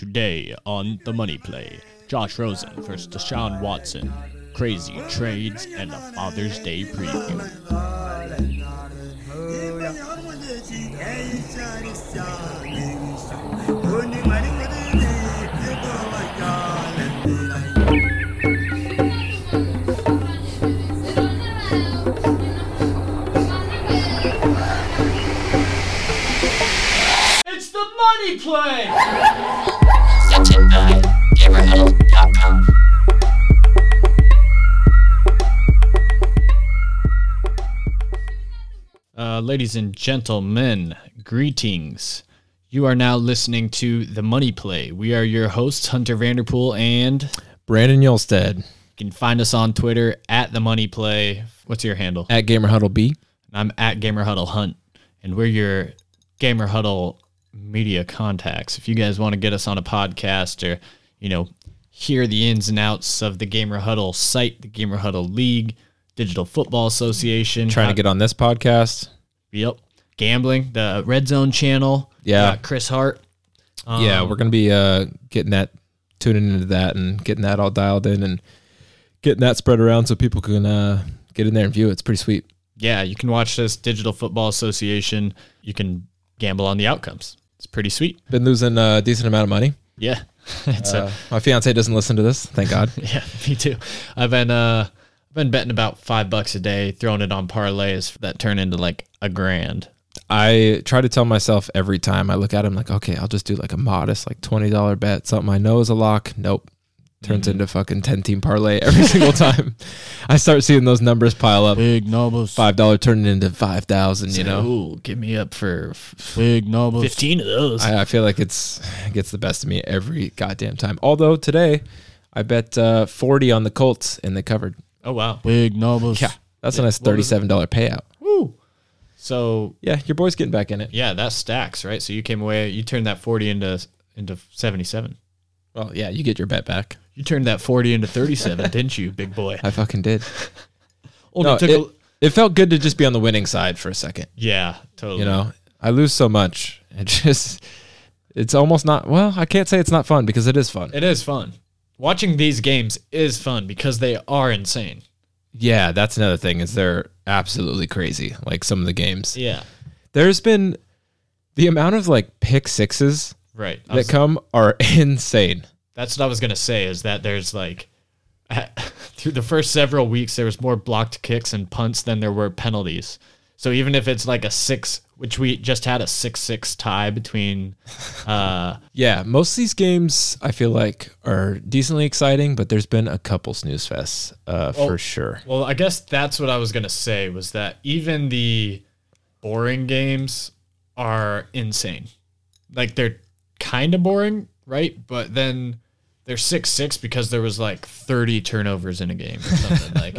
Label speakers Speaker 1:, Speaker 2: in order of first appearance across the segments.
Speaker 1: Today on The Money Play, Josh Rosen versus Deshaun Watson, crazy trades, and a Father's Day preview.
Speaker 2: It's the money play!
Speaker 3: presented by GamerHuddle.com.
Speaker 1: Uh, ladies and gentlemen, greetings. You are now listening to The Money Play. We are your hosts, Hunter Vanderpool, and you
Speaker 4: Brandon Yolstead
Speaker 1: can find us on Twitter at The Money Play. What's your handle?
Speaker 4: at Gamer Huddle B.
Speaker 1: I'm at Gamer Huddle Hunt, and we're your Gamer Huddle media contacts. If you guys want to get us on a podcast or, you know, hear the ins and outs of the Gamer Huddle site, the Gamer Huddle League, Digital Football Association, uh,
Speaker 4: Trying to get on this podcast.
Speaker 1: yep, gambling, the Red Zone channel,
Speaker 4: Yeah.
Speaker 1: got Chris Hart, Um,
Speaker 4: yeah, we're gonna be uh, getting that, tuning into that, and getting that all dialed in, and getting that spread around so people can uh, get in there and view it. It's pretty sweet.
Speaker 1: yeah, you can watch this Digital Football Association. You can gamble on the outcomes. It's pretty sweet.
Speaker 4: Been losing a decent amount of money.
Speaker 1: Yeah, it's a
Speaker 4: Uh, my fiance doesn't listen to this. Thank God.
Speaker 1: Yeah, me too. I've been uh I've been betting about five bucks a day, throwing it on parlays that turn into like a grand.
Speaker 4: I try to tell myself every time I look at him, like, okay, I'll just do like a modest, like twenty dollar bet, something I know is a lock. Nope,
Speaker 5: Mm-hmm.
Speaker 4: turns into fucking ten team parlay every single time. I start seeing those numbers pile up.
Speaker 5: Big numbers.
Speaker 4: Five dollar turning into five thousand. You know,
Speaker 1: ooh, give me up for f-
Speaker 5: Big numbers.
Speaker 1: fifteen of those.
Speaker 4: I, I feel like it's it gets the best of me every goddamn time. Although today, I bet uh, forty on the Colts and they covered.
Speaker 1: oh wow.
Speaker 5: Big numbers.
Speaker 4: Yeah, that's a nice thirty-seven dollar payout.
Speaker 1: Woo. So
Speaker 4: Yeah, your boy's getting back in it.
Speaker 1: yeah, that stacks, right? So you came away, you turned that forty into into seventy seven.
Speaker 4: Well, yeah, you get your bet back.
Speaker 1: You turned that forty into thirty seven, didn't you, big boy?
Speaker 4: I fucking did.
Speaker 1: Only
Speaker 4: Oh, No,
Speaker 1: took
Speaker 4: it,
Speaker 1: a,
Speaker 4: it felt good to just be on the winning side for a second.
Speaker 1: yeah, totally.
Speaker 4: You know, I lose so much. It just, it's almost not. Well, I can't say it's not fun because it is fun.
Speaker 1: It is fun. Watching these games is fun because they are insane.
Speaker 4: yeah, that's another thing is they're absolutely crazy. Like some of the games,
Speaker 1: Yeah.
Speaker 4: there's been the amount of like pick sixes
Speaker 1: Right. I was-
Speaker 4: that come are insane.
Speaker 1: That's what I was gonna say. Is that there's like through the first several weeks there was more blocked kicks and punts than there were penalties. So even if it's like a six, which we just had a six-six tie between, uh,
Speaker 4: Yeah, most of these games I feel like are decently exciting, but there's been a couple snooze fests uh, for sure.
Speaker 1: well, I guess that's what I was gonna say was that even the boring games are insane. Like they're kind of boring, right? But then they're six-six because there was like thirty turnovers in a game or something like.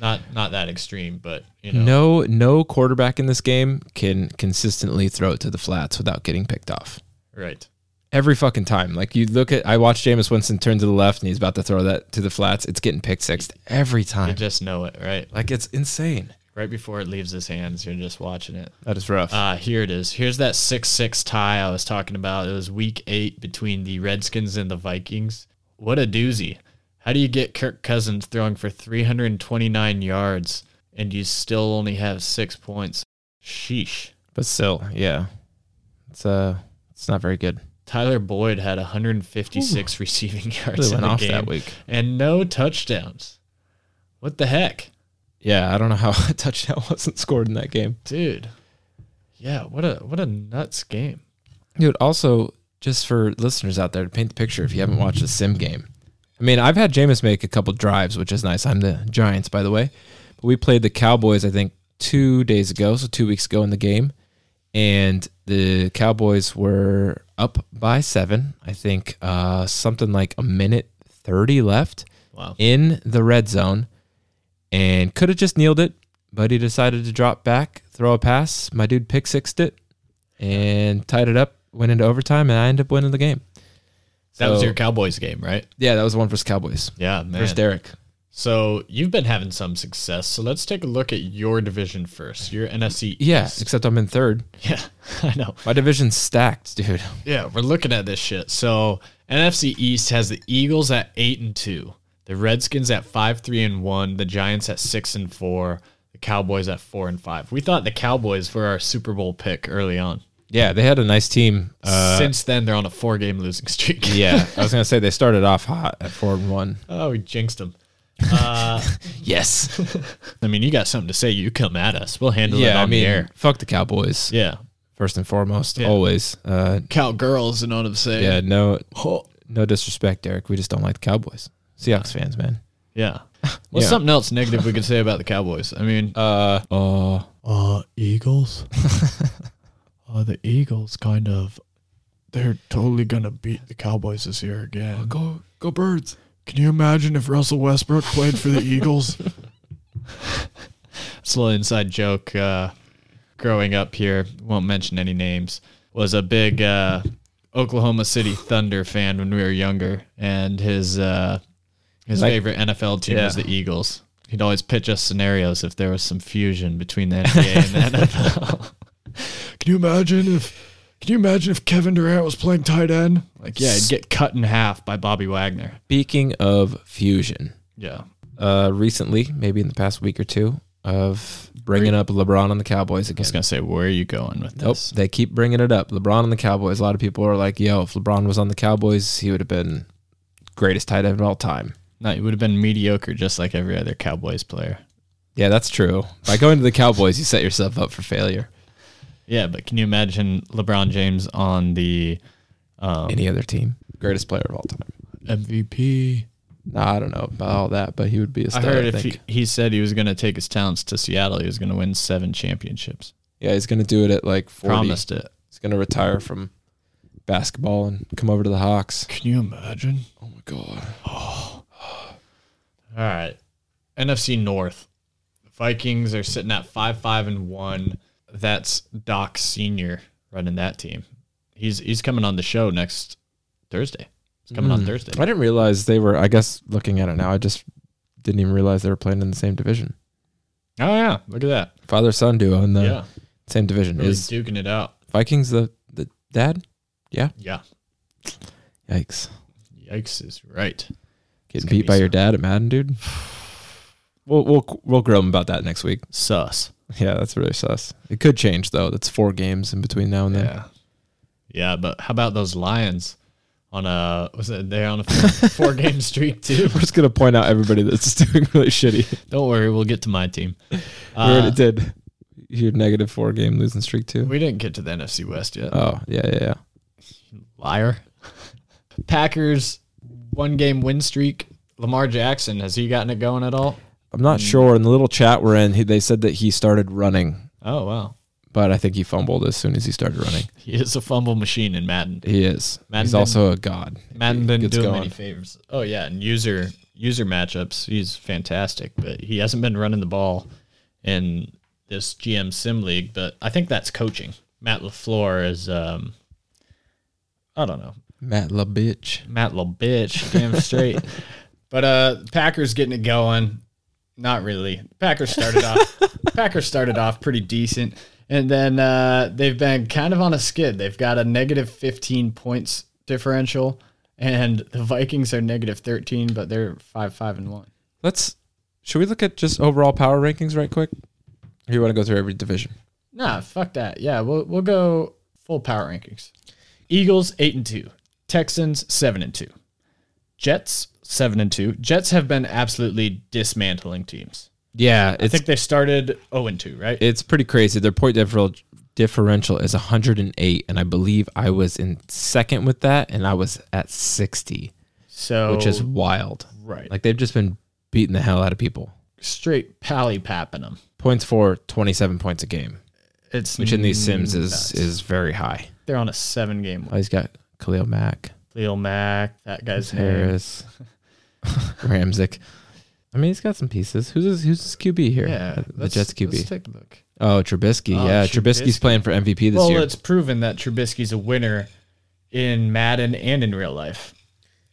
Speaker 1: Not not that extreme, but you know.
Speaker 4: No, no quarterback in this game can consistently throw it to the flats without getting picked off.
Speaker 1: Right.
Speaker 4: Every fucking time. Like you look at, I watched Jameis Winston turn to the left and he's about to throw that to the flats. It's getting picked sixed every
Speaker 1: You
Speaker 4: time.
Speaker 1: just know it, right? Like
Speaker 4: Like it's insane.
Speaker 1: right before it leaves his hands, you're just watching it.
Speaker 4: That is rough.
Speaker 1: Ah, here it is. Here's that 6 6 tie I was talking about. It was week eight between the Redskins and the Vikings. What a doozy. How do you get Kirk Cousins throwing for 329 yards and you still only have six points? Sheesh.
Speaker 4: but still, yeah, it's uh, it's not very good.
Speaker 1: Tyler Boyd had 156 receiving yards
Speaker 4: Really
Speaker 1: in
Speaker 4: went
Speaker 1: the
Speaker 4: off
Speaker 1: game
Speaker 4: that week.
Speaker 1: and no touchdowns. What the heck?
Speaker 4: Yeah, I don't know how a touchdown wasn't scored in that game.
Speaker 1: dude. Yeah, what a what a nuts game.
Speaker 4: Dude, also, just for listeners out there to paint the picture, if you haven't watched the sim game, I mean, I've had Jameis make a couple drives, which is nice. I'm the Giants, by the way. But we played the Cowboys, I think, two days ago, so two weeks ago in the game. And the Cowboys were up by seven, I think, uh, something like a minute 30 left
Speaker 1: Wow.
Speaker 4: in the red zone and could have just kneeled it, but he decided to drop back, throw a pass. My dude pick sixed it and tied it up, went into overtime, and I ended up winning the game.
Speaker 1: That was
Speaker 4: So-
Speaker 1: your Cowboys game, right?
Speaker 4: Yeah, that was one versus Cowboys
Speaker 1: Yeah, man.
Speaker 4: versus Derek.
Speaker 1: So you've been having some success. So let's take a look at your division first. Your NFC.
Speaker 4: Yeah,
Speaker 1: East.
Speaker 4: except I'm in third.
Speaker 1: Yeah. I know.
Speaker 4: My division's stacked, dude.
Speaker 1: Yeah, we're looking at this shit. So NFC East has the Eagles at eight and two, the Redskins at five three and one, the Giants at six and four, the Cowboys at four and five. We thought the Cowboys were our Super Bowl pick early on.
Speaker 4: Yeah, they had a nice team. Uh,
Speaker 1: Since then, they're on a four game losing streak.
Speaker 4: yeah, I was gonna say they started off hot at four and one.
Speaker 1: oh, we jinxed them.
Speaker 4: Yes.
Speaker 1: I mean, you got something to say? You come at us. We'll handle it
Speaker 4: Yeah,
Speaker 1: on
Speaker 4: I
Speaker 1: the air.
Speaker 4: mean, fuck the Cowboys
Speaker 1: Yeah.
Speaker 4: first and foremost,
Speaker 1: Yeah.
Speaker 4: always. Uh,
Speaker 1: Cowgirls, you know what I'm saying?
Speaker 4: yeah, no,
Speaker 1: Oh,
Speaker 4: no disrespect, Derek. We just don't like the Cowboys. Seahawks fans, man.
Speaker 1: yeah. What's
Speaker 4: Yeah.
Speaker 1: something else negative we could say about the Cowboys? I mean,
Speaker 4: Uh, oh,
Speaker 1: Uh, Eagles. uh, the Eagles kind of, they're totally gonna beat the Cowboys this year again.
Speaker 4: go go birds.
Speaker 1: Can you imagine if Russell Westbrook played for the Eagles? It's a little inside joke. Uh, growing up here, won't mention any names. Was a big uh, Oklahoma City Thunder fan when we were younger, and his uh, his
Speaker 4: Like-
Speaker 1: favorite NFL team was
Speaker 4: Yeah.
Speaker 1: the Eagles. He'd always pitch us scenarios if there was some fusion between the NBA and the NFL. can you imagine if? Can you imagine if Kevin Durant was playing tight end? Like, yeah, he'd get cut in half by Bobby Wagner.
Speaker 4: Speaking of fusion,
Speaker 1: Yeah.
Speaker 4: uh, recently, maybe in the past week or two, of bringing up LeBron and the Cowboys
Speaker 1: I
Speaker 4: again.
Speaker 1: was gonna say, where are you going with
Speaker 4: Nope,
Speaker 1: this?
Speaker 4: they keep bringing it up. LeBron and the Cowboys. A lot of people are like, "Yo, if LeBron was on the Cowboys, he would have been greatest tight end of all time."
Speaker 1: No, it would have been mediocre, just like every other Cowboys player.
Speaker 4: Yeah, that's true. By going to the Cowboys, you set yourself up for failure.
Speaker 1: Yeah, but can you imagine LeBron James on the Um,
Speaker 4: Any other team, greatest player of all time.
Speaker 1: MVP?
Speaker 4: Nah, I don't know about all that, but he would be a
Speaker 1: I
Speaker 4: star. I,
Speaker 1: heard if
Speaker 4: think.
Speaker 1: he, he said he was gonna take his talents to Seattle, he was gonna win seven championships.
Speaker 4: yeah, he's gonna do it at like forty.
Speaker 1: Promised it.
Speaker 4: He's gonna retire from basketball and come over to the Hawks.
Speaker 1: Can you imagine?
Speaker 4: Oh my god.
Speaker 1: All right. NFC North. Vikings are sitting at 5 5 and 1. That's Doc Sr. running that team. He's he's coming on the show next Thursday. He's coming
Speaker 4: Hmm.
Speaker 1: on Thursday.
Speaker 4: I didn't realize they were. I guess looking at it now, I just didn't even realize they were playing in the same division.
Speaker 1: Oh, yeah. Look at that.
Speaker 4: Father son duo in the
Speaker 1: yeah.
Speaker 4: same division
Speaker 1: Really
Speaker 4: is
Speaker 1: duking it out.
Speaker 4: Vikings the the dad.
Speaker 1: Yeah.
Speaker 4: Yikes.
Speaker 1: Yikes is right.
Speaker 4: Getting
Speaker 1: gonna
Speaker 4: beat
Speaker 1: be
Speaker 4: by
Speaker 1: so-
Speaker 4: your dad at Madden, dude. We'll we'll we'll grill him about that next week.
Speaker 1: Sus.
Speaker 4: Yeah, that's really sus. It could change though. That's four games in between now and then.
Speaker 1: Yeah, but how about those Lions on a was it they on a four game streak too?
Speaker 4: We're just gonna point out everybody that's doing really shitty.
Speaker 1: Don't worry, we'll get to my team.
Speaker 4: We already
Speaker 1: Uh,
Speaker 4: did your negative four game losing streak too.
Speaker 1: we didn't get to the NFC West yet.
Speaker 4: oh yeah, yeah, yeah.
Speaker 1: Liar. Packers one game win streak. Lamar Jackson, has he gotten it going at all?
Speaker 4: I'm not sure. In the little chat we're in, he, they said that he started running,
Speaker 1: Oh wow.
Speaker 4: but I think he fumbled as soon as he started running.
Speaker 1: He is a fumble machine in Madden.
Speaker 4: He is.
Speaker 1: Madden
Speaker 4: He's also a god.
Speaker 1: Madden didn't
Speaker 4: gets
Speaker 1: do him
Speaker 4: going.
Speaker 1: any favors. Oh yeah, and user user matchups, he's fantastic, but he hasn't been running the ball in this GM sim league. But I think that's coaching. Matt Lafleur is, um, I don't know,
Speaker 4: Matt La bitch.
Speaker 1: Matt little bitch, damn straight. but uh, Packers getting it going. Not really. Packers started off. Packers started off pretty decent, and then uh, they've been kind of on a skid. They've got a negative 15 points differential, and the Vikings are negative 13, but they're five five and one.
Speaker 4: Let's. Should we look at just overall power rankings right quick? Or you want to go through every division?
Speaker 1: Nah, fuck that. Yeah, we'll we'll go full power rankings. Eagles eight and two, Texans seven and two, Jets seven and two. Jets have been absolutely dismantling teams.
Speaker 4: Yeah,
Speaker 1: I
Speaker 4: it's
Speaker 1: think they started 0 and 2, right?
Speaker 4: it's pretty crazy. Their point differential differential is 108, and I believe I was in second with that, and I was at 60,
Speaker 1: so
Speaker 4: which is wild.
Speaker 1: right, like
Speaker 4: Like they've just been beating the hell out of people.
Speaker 1: straight pally papping them.
Speaker 4: Points for 27 points a game,
Speaker 1: It's
Speaker 4: which in these sims
Speaker 1: Mm, nuts.
Speaker 4: is is very high.
Speaker 1: they're on a seven game.
Speaker 4: Oh, he's got Khalil Mack,
Speaker 1: Leo Mack, that guy's name.
Speaker 4: Harris, Ramzik. I mean, he's got some pieces. Who's his, who's his QB here?
Speaker 1: Yeah,
Speaker 4: the
Speaker 1: let's-
Speaker 4: Jets QB.
Speaker 1: Let's take a look.
Speaker 4: Oh, Trubisky.
Speaker 1: Oh,
Speaker 4: yeah, Trubisky's
Speaker 1: Trubisky.
Speaker 4: playing for MVP this
Speaker 1: Well,
Speaker 4: year.
Speaker 1: it's proven that Trubisky's a winner in Madden and in real life.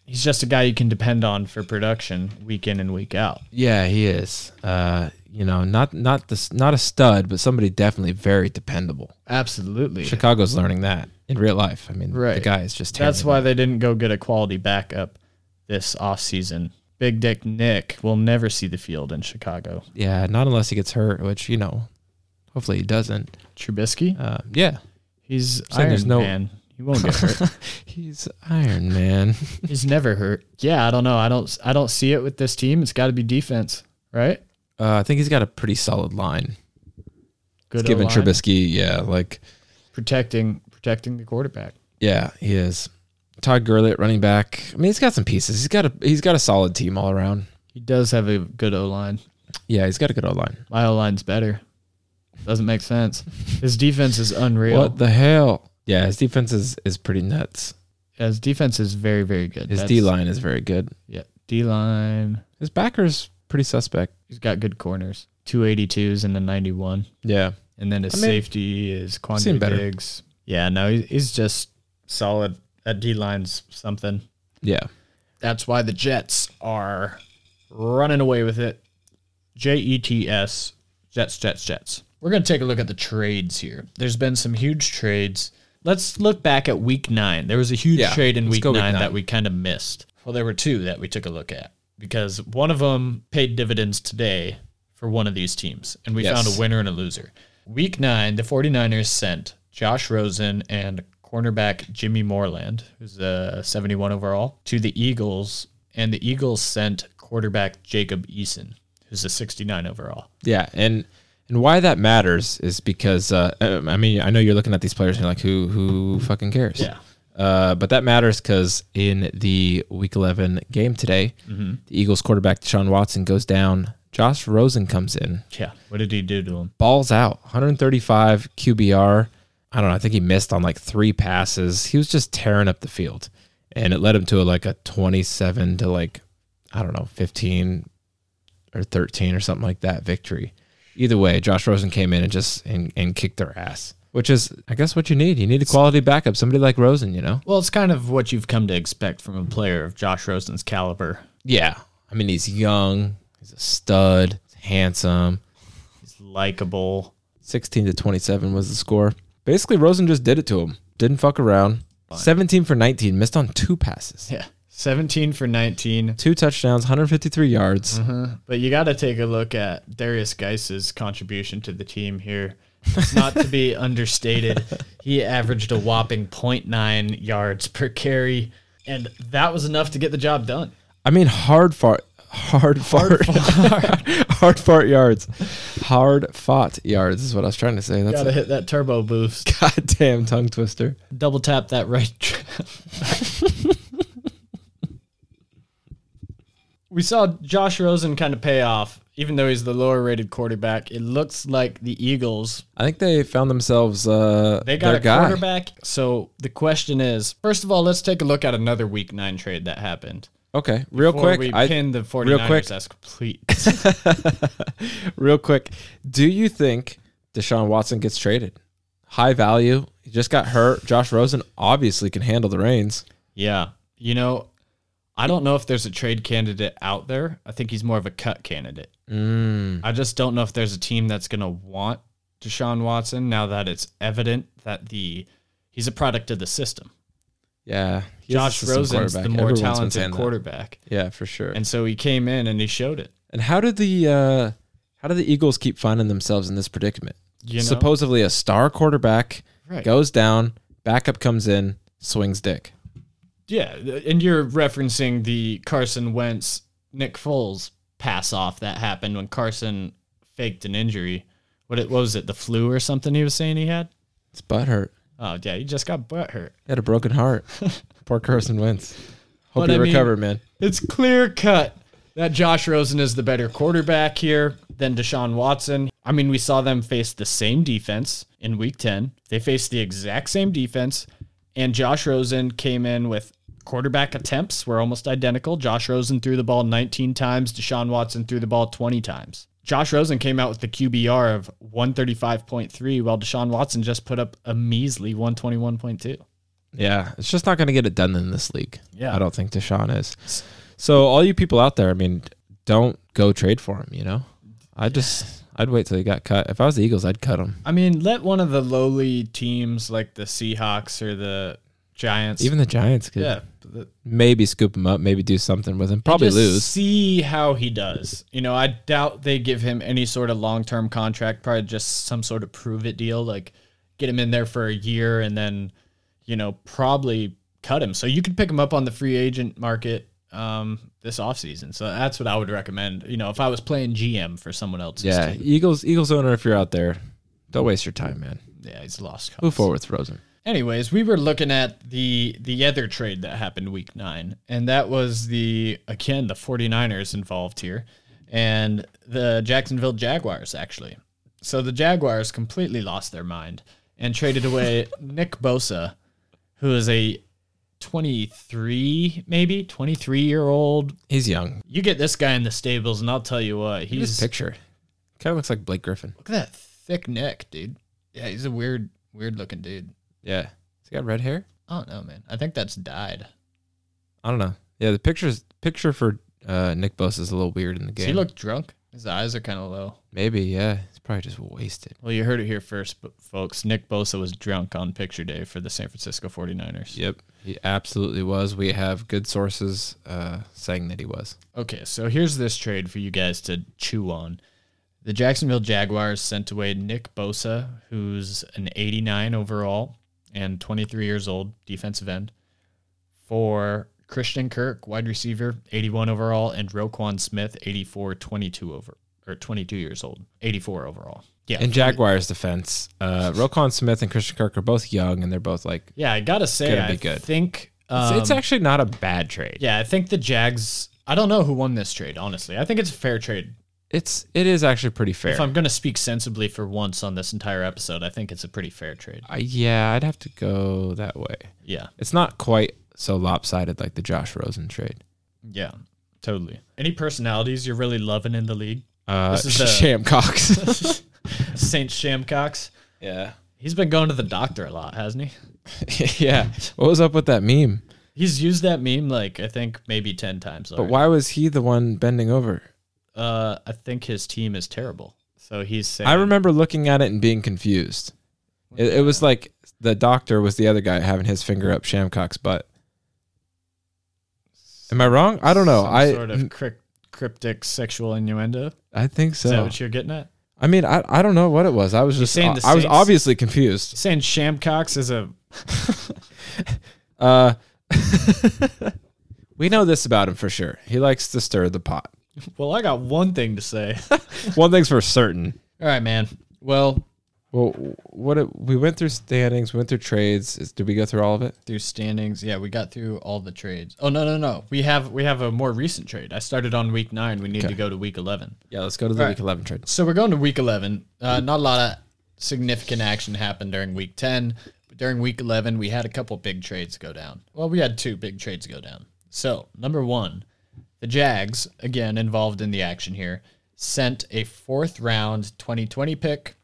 Speaker 1: he's just a guy you can depend on for production week in and week out.
Speaker 4: Yeah, he is. Uh, you know, not not this not a stud, but somebody definitely very dependable.
Speaker 1: Absolutely.
Speaker 4: Chicago's learning that in real life. I mean, the
Speaker 1: Right.
Speaker 4: guy is just
Speaker 1: That's
Speaker 4: terrible.
Speaker 1: why they didn't go get a quality backup this offseason. Big Dick Nick will never see the field in Chicago.
Speaker 4: Yeah, not unless he gets hurt, which you know, hopefully he doesn't.
Speaker 1: Trubisky,
Speaker 4: Uh, yeah,
Speaker 1: he's
Speaker 4: saying
Speaker 1: Iron
Speaker 4: there's no-
Speaker 1: Man. He won't get hurt.
Speaker 4: he's Iron Man.
Speaker 1: he's never hurt. Yeah, I don't know. I don't. I don't see it with this team. It's got to be defense, right?
Speaker 4: Uh, I think he's got a pretty solid line.
Speaker 1: Good.
Speaker 4: Given
Speaker 1: O-line.
Speaker 4: Trubisky, yeah, like
Speaker 1: protecting protecting the quarterback.
Speaker 4: yeah, he is. Todd Gurley at running back. I mean, he's got some pieces. He's got a he's got a solid team all around.
Speaker 1: He does have a good O line.
Speaker 4: Yeah, he's got a good O line.
Speaker 1: My O line's better. Doesn't make sense. His defense is unreal.
Speaker 4: What the hell? Yeah, his defense is, is pretty nuts.
Speaker 1: His defense is very very good.
Speaker 4: His
Speaker 1: That's-
Speaker 4: D line is very good.
Speaker 1: Yeah, D line.
Speaker 4: His backer's pretty suspect.
Speaker 1: He's got good corners. Two eighty twos and a ninety one.
Speaker 4: Yeah.
Speaker 1: And then his
Speaker 4: I mean,
Speaker 1: safety is
Speaker 4: seen
Speaker 1: Quandre
Speaker 4: better.
Speaker 1: Diggs. Yeah, no, he- he's just solid. That D line's something.
Speaker 4: Yeah.
Speaker 1: That's why the Jets are running away with it. J E T S, Jets, Jets, Jets. We're going to take a look at the trades here. There's been some huge trades. Let's look back at week nine. There was a huge
Speaker 4: Yeah,
Speaker 1: trade in
Speaker 4: let's
Speaker 1: week
Speaker 4: go
Speaker 1: nine,
Speaker 4: week nine.
Speaker 1: that we kind of missed. Well, there were two that we took a look at because one of them paid dividends today for one of these teams, and we
Speaker 4: Yes.
Speaker 1: found a winner and a loser. Week nine, the 49ers sent Josh Rosen and cornerback Jimmy Moreland, who's a 71 overall, to the Eagles, and the Eagles sent quarterback Jacob Eason, who's a 69 overall.
Speaker 4: Yeah. And and why that matters is because uh, um, I mean I know you're looking at these players and you're like who who fucking cares?
Speaker 1: Yeah.
Speaker 4: Uh, but that matters because in the Week 11 game today, the Eagles quarterback Deshaun Watson goes down. Josh Rosen comes in,
Speaker 1: Yeah. What did he do to him?
Speaker 4: balls out, 135 QBR. I don't know. I think he missed on like three passes. He was just tearing up the field, and it led him to like a 27 to like I don't know 15 or 13 or something like that victory. Either way, Josh Rosen came in and just and, and kicked their ass, which is I guess what you need. You need a quality backup, somebody like Rosen, you know.
Speaker 1: Well, it's kind of what you've come to expect from a player of Josh Rosen's caliber.
Speaker 4: Yeah, I mean he's young, he's a stud, he's handsome.
Speaker 1: He's likable.
Speaker 4: 16 to 27 was the score. Basically, Rosen just did it to him. Didn't fuck around. 17 for 19, missed on two passes,
Speaker 1: Yeah. 17 for 19.
Speaker 4: two touchdowns, 153 yards.
Speaker 1: Mm-hmm. But you got to take a look at Darius Geis's contribution to the team here. It's not to be understated. He averaged a whopping 0.9 yards per carry, and that was enough to get the job done.
Speaker 4: I mean, hard fart, hard fart, hard fart yards, hard fought yards is what I was trying to say. That's
Speaker 1: Got to
Speaker 4: a
Speaker 1: hit that turbo boost.
Speaker 4: goddamn tongue twister.
Speaker 1: Double tap that right. tra- we saw Josh Rosen kind of pay off, even though he's the lower rated quarterback. It looks like the Eagles
Speaker 4: I think they found themselves. Uh,
Speaker 1: They got
Speaker 4: their
Speaker 1: a
Speaker 4: guy.
Speaker 1: quarterback. So the question is, first of all, let's take a look at another week nine trade that happened.
Speaker 4: Okay, real
Speaker 1: Before
Speaker 4: quick.
Speaker 1: we
Speaker 4: I-
Speaker 1: pin the 49ers
Speaker 4: quick.
Speaker 1: as complete.
Speaker 4: Real quick, do you think Deshaun Watson gets traded? High value. He just got hurt. Josh Rosen obviously can handle the reins.
Speaker 1: yeah. You know, I don't know if there's a trade candidate out there. I think he's more of a cut candidate.
Speaker 4: Mm.
Speaker 1: I just don't know if there's a team that's going to want Deshaun Watson now that it's evident that the he's a product of the system.
Speaker 4: Yeah. he is a
Speaker 1: Josh
Speaker 4: system
Speaker 1: Rosen's
Speaker 4: quarterback.
Speaker 1: the more
Speaker 4: Everyone's been saying
Speaker 1: talented
Speaker 4: that.
Speaker 1: quarterback.
Speaker 4: Yeah, for sure. And,
Speaker 1: And so he came in and he showed it.
Speaker 4: how did the uh, how did the Eagles keep finding themselves in this predicament?
Speaker 1: You know?
Speaker 4: Supposedly a star quarterback
Speaker 1: Right.
Speaker 4: goes down, backup comes in, swings dick.
Speaker 1: Yeah, and you're referencing the Carson Wentz Nick Foles pass off that happened when Carson faked an injury. What it what was it the flu or something he was saying he had?
Speaker 4: It's butthurt.
Speaker 1: Oh yeah, he just got butt hurt.
Speaker 4: He had a broken heart. Poor Carson Wentz. Hope
Speaker 1: But
Speaker 4: you
Speaker 1: I mean-
Speaker 4: recover, man.
Speaker 1: It's clear cut that Josh Rosen is the better quarterback here than Deshaun Watson. I mean, we saw them face the same defense in week 10. They faced the exact same defense, and Josh Rosen came in with quarterback attempts were almost identical. Josh Rosen threw the ball 19 times, Deshaun Watson threw the ball 20 times. Josh Rosen came out with the QBR of 135.3 while Deshaun Watson just put up a measly 121.2.
Speaker 4: Yeah, it's just not going to get it done in this league.
Speaker 1: Yeah.
Speaker 4: I don't think Deshaun is. So all you people out there, I mean, don't go trade for him. You know, I just I'd wait till he got cut. If I was the Eagles, I'd cut him.
Speaker 1: I mean, let one of the lowly teams like the Seahawks or the Giants,
Speaker 4: Even the Giants could
Speaker 1: yeah, the-
Speaker 4: maybe scoop him up, maybe do something with him. Probably
Speaker 1: just
Speaker 4: lose.
Speaker 1: See how he does. You know, I doubt they give him any sort of long term contract. Probably just some sort of prove it deal, like get him in there for a year and then, you know, probably cut him. So you could pick him up on the free agent market um, this offseason. So that's what I would recommend. You know, if I was playing GM for someone else's
Speaker 4: Yeah,
Speaker 1: team.
Speaker 4: Eagles Eagles owner, if you're out there, don't waste your time, man.
Speaker 1: yeah, he's lost.
Speaker 4: Move
Speaker 1: cause.
Speaker 4: forward with Rosen.
Speaker 1: Anyways, we were looking at the the other trade that happened week nine, and that was the again the 49ers involved here and the Jacksonville Jaguars actually. So the Jaguars completely lost their mind and traded away Nick Bosa, who is a 23 maybe 23 year old.
Speaker 4: He's young.
Speaker 1: You get this guy in the stables and I'll tell you what,
Speaker 4: He's
Speaker 1: he's
Speaker 4: picture. Kind of looks like Blake Griffin.
Speaker 1: look at that thick neck, dude. Yeah, he's a weird weird looking dude.
Speaker 4: Yeah, he's got red hair.
Speaker 1: I don't know, man. I think that's dyed.
Speaker 4: I don't know. Yeah, the pictures picture for uh, Nick Bosa is a little weird in the
Speaker 1: Does
Speaker 4: game.
Speaker 1: he look drunk? His eyes are kind of low.
Speaker 4: Maybe, yeah. It's probably just wasted.
Speaker 1: Well, you heard it here first, b- folks. Nick Bosa was drunk on picture day for the San Francisco 49ers.
Speaker 4: Yep. He absolutely was. We have good sources uh, saying that he was.
Speaker 1: Okay, so here's this trade for you guys to chew on. The Jacksonville Jaguars sent away Nick Bosa, who's an 89 overall and 23 years old, defensive end, for Christian Kirk, wide receiver, 81 overall, and Roquan Smith, 84, 22 over or 22 years old, 84 overall. Yeah,
Speaker 4: In Jaguars' defense, uh, Roquan Smith and Christian Kirk are both young, and they're both like.
Speaker 1: yeah. I gotta say,
Speaker 4: Gonna
Speaker 1: I
Speaker 4: be good.
Speaker 1: think
Speaker 4: It's,
Speaker 1: um,
Speaker 4: it's actually not a bad trade.
Speaker 1: Yeah, I think the Jags. I don't know who won this trade, honestly. I think it's a fair trade.
Speaker 4: It's it is actually pretty fair.
Speaker 1: If I'm going to speak sensibly for once on this entire episode, I think it's a pretty fair trade.
Speaker 4: I, yeah, I'd have to go that way.
Speaker 1: Yeah,
Speaker 4: It's not quite so lopsided like the Josh Rosen trade.
Speaker 1: yeah, totally. Any personalities you're really loving in the league?
Speaker 4: Uh,
Speaker 1: This is the-
Speaker 4: Shamcox.
Speaker 1: Saint Shamcox.
Speaker 4: yeah.
Speaker 1: He's been going to the doctor a lot, hasn't he?
Speaker 4: yeah. What was up with that meme?
Speaker 1: He's used that meme like I think maybe ten times.
Speaker 4: But
Speaker 1: Already.
Speaker 4: why was he the one bending over?
Speaker 1: Uh, I think his team is terrible. So he's saying.
Speaker 4: I remember looking at it and being confused. It, it was like the doctor was the other guy having his finger up Shamcock's butt. Am I wrong? I don't know.
Speaker 1: some
Speaker 4: I
Speaker 1: sort of crypt, cryptic sexual innuendo. Is
Speaker 4: I think
Speaker 1: that
Speaker 4: so.
Speaker 1: what you're getting at?
Speaker 4: I mean, I, I don't know what it was. I was just uh,
Speaker 1: saying the
Speaker 4: I was
Speaker 1: Saints-
Speaker 4: obviously confused.
Speaker 1: Saying Shamcox is a
Speaker 4: Uh, we know this about him for sure. He likes to stir the pot.
Speaker 1: Well, I got one thing to say.
Speaker 4: One thing's for certain.
Speaker 1: All right, man. Well,
Speaker 4: Well, what it, we went through standings, went through trades. Is, did we go through all of it?
Speaker 1: through standings, yeah, we got through all the trades. Oh no, no, no. We have we have a more recent trade. I started on week nine. We need to go to week eleven.
Speaker 4: Yeah, let's go to the
Speaker 1: All
Speaker 4: week
Speaker 1: right.
Speaker 4: eleven trade.
Speaker 1: So we're going to week eleven. Uh, not a lot of significant action happened during week ten. But during week eleven, we had a couple big trades go down. Well, we had two big trades go down. So number one, the Jags again involved in the action here sent a fourth round 2020 pick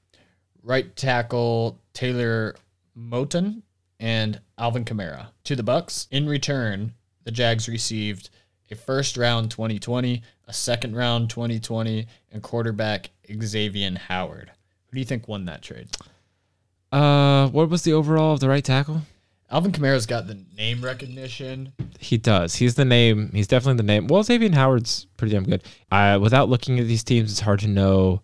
Speaker 1: right tackle Taylor Moten and Alvin Kamara to the Bucks. In return, the Jags received a first round 2020, a second round 2020, and quarterback Xavier Howard. Who do you think won that trade?
Speaker 4: Uh, what was the overall of the right tackle?
Speaker 1: Alvin Kamara's got the name recognition.
Speaker 4: He does. He's the name. He's definitely the name. Well, Xavier Howard's pretty damn good. Uh, without looking at these teams, it's hard to know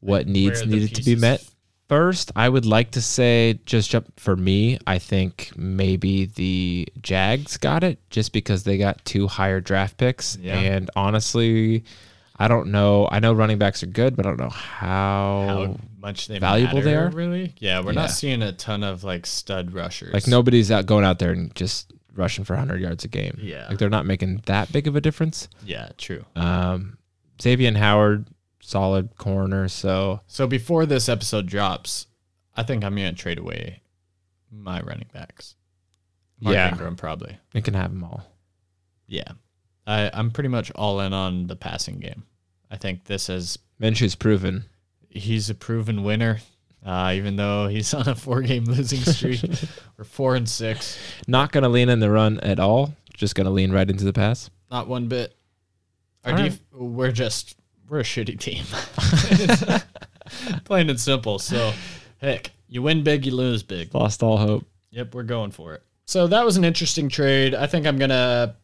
Speaker 4: what needs
Speaker 1: the
Speaker 4: needed to be
Speaker 1: pieces-
Speaker 4: met. First, I would like to say, just jump for me, I think maybe the Jags got it just because they got two higher draft picks.
Speaker 1: Yeah.
Speaker 4: And honestly, I don't know. I know running backs are good, but I don't know
Speaker 1: How
Speaker 4: how.
Speaker 1: much they
Speaker 4: Oh, valuable
Speaker 1: matter,
Speaker 4: they are?
Speaker 1: really? Yeah, we're
Speaker 4: Yeah.
Speaker 1: not seeing a ton of like stud rushers.
Speaker 4: Like, nobody's out going out there and just rushing for 100 yards a game.
Speaker 1: Yeah.
Speaker 4: Like, they're not making that big of a difference.
Speaker 1: Yeah, true.
Speaker 4: Um, Xavier Howard, solid corner. So
Speaker 1: So before this episode drops, I think I'm gonna trade away my running backs. Mark
Speaker 4: Yeah.
Speaker 1: Ingram probably.
Speaker 4: it can have them all.
Speaker 1: Yeah, I, I'm pretty much all in on the passing game. I think this is
Speaker 4: Minshew's proven.
Speaker 1: he's a proven winner. uh, even though he's on a four game losing streak. We're four and six.
Speaker 4: Not going to lean in the run at all. Just going to lean right into the pass.
Speaker 1: Not one bit. Our
Speaker 4: All
Speaker 1: def- we're just we're a shitty team. Plain and simple. So, heck, you win big, you lose big.
Speaker 4: Lost all hope.
Speaker 1: Yep, we're going for it. So that was an interesting trade. I think I'm gonna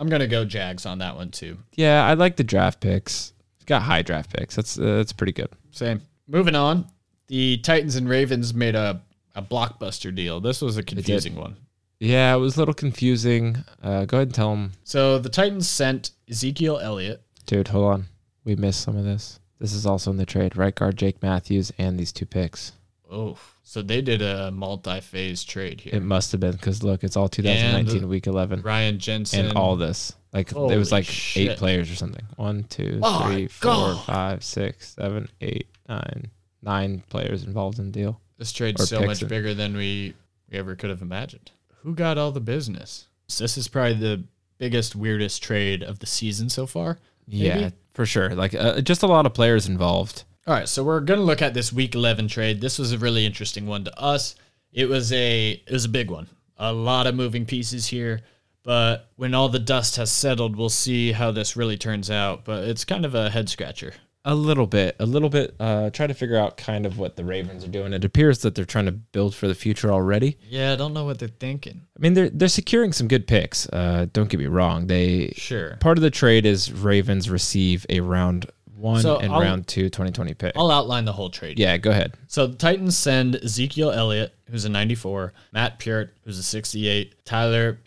Speaker 1: I'm gonna go Jags on that one too.
Speaker 4: Yeah, I like the draft picks. It's got high draft picks. That's uh, that's pretty good.
Speaker 1: Same. Moving on, the Titans and Ravens made a, a blockbuster deal. This was a confusing one.
Speaker 4: Yeah, it was a little confusing. Uh, go ahead and tell them,
Speaker 1: So the Titans sent Ezekiel Elliott.
Speaker 4: dude. Hold on, we missed some of this. This is also in the trade. Right guard Jake Matthews and these two picks.
Speaker 1: Oh, so they did a multi-phase trade here.
Speaker 4: It must have been because look, it's all 2019 week 11
Speaker 1: Ryan Jensen.
Speaker 4: and all this. Like it
Speaker 1: Holy
Speaker 4: was like
Speaker 1: shit.
Speaker 4: eight players or something. One, two,
Speaker 1: Oh,
Speaker 4: three, four,
Speaker 1: God.
Speaker 4: five, six, seven, eight, nine, nine players involved in the deal.
Speaker 1: this trade's
Speaker 4: or
Speaker 1: so
Speaker 4: picks
Speaker 1: much
Speaker 4: it.
Speaker 1: bigger than we, we ever could have imagined. Who got all the business? This is probably the biggest, weirdest trade of the season so far.
Speaker 4: Yeah, for sure. Like uh, just a lot of players involved.
Speaker 1: All right, so we're going to look at this week 11 trade. This was a really interesting one to us. It was a it was a big one. A lot of moving pieces here, but when all the dust has settled, we'll see how this really turns out, but it's kind of a head scratcher.
Speaker 4: A little bit, a little bit. Uh, try to figure out kind of what the Ravens are doing. It appears that they're trying to build for the future already.
Speaker 1: Yeah, I don't know what they're thinking.
Speaker 4: I mean, they're they're securing some good picks. Uh, don't get me wrong. They
Speaker 1: Sure.
Speaker 4: part of the trade is Ravens receive a round one
Speaker 1: So
Speaker 4: and
Speaker 1: I'll-
Speaker 4: round two 2020 pick.
Speaker 1: I'll outline the whole trade.
Speaker 4: yeah, go ahead.
Speaker 1: So the Titans send Ezekiel Elliott, who's a 94, Matt Peart, who's a 68, Tyler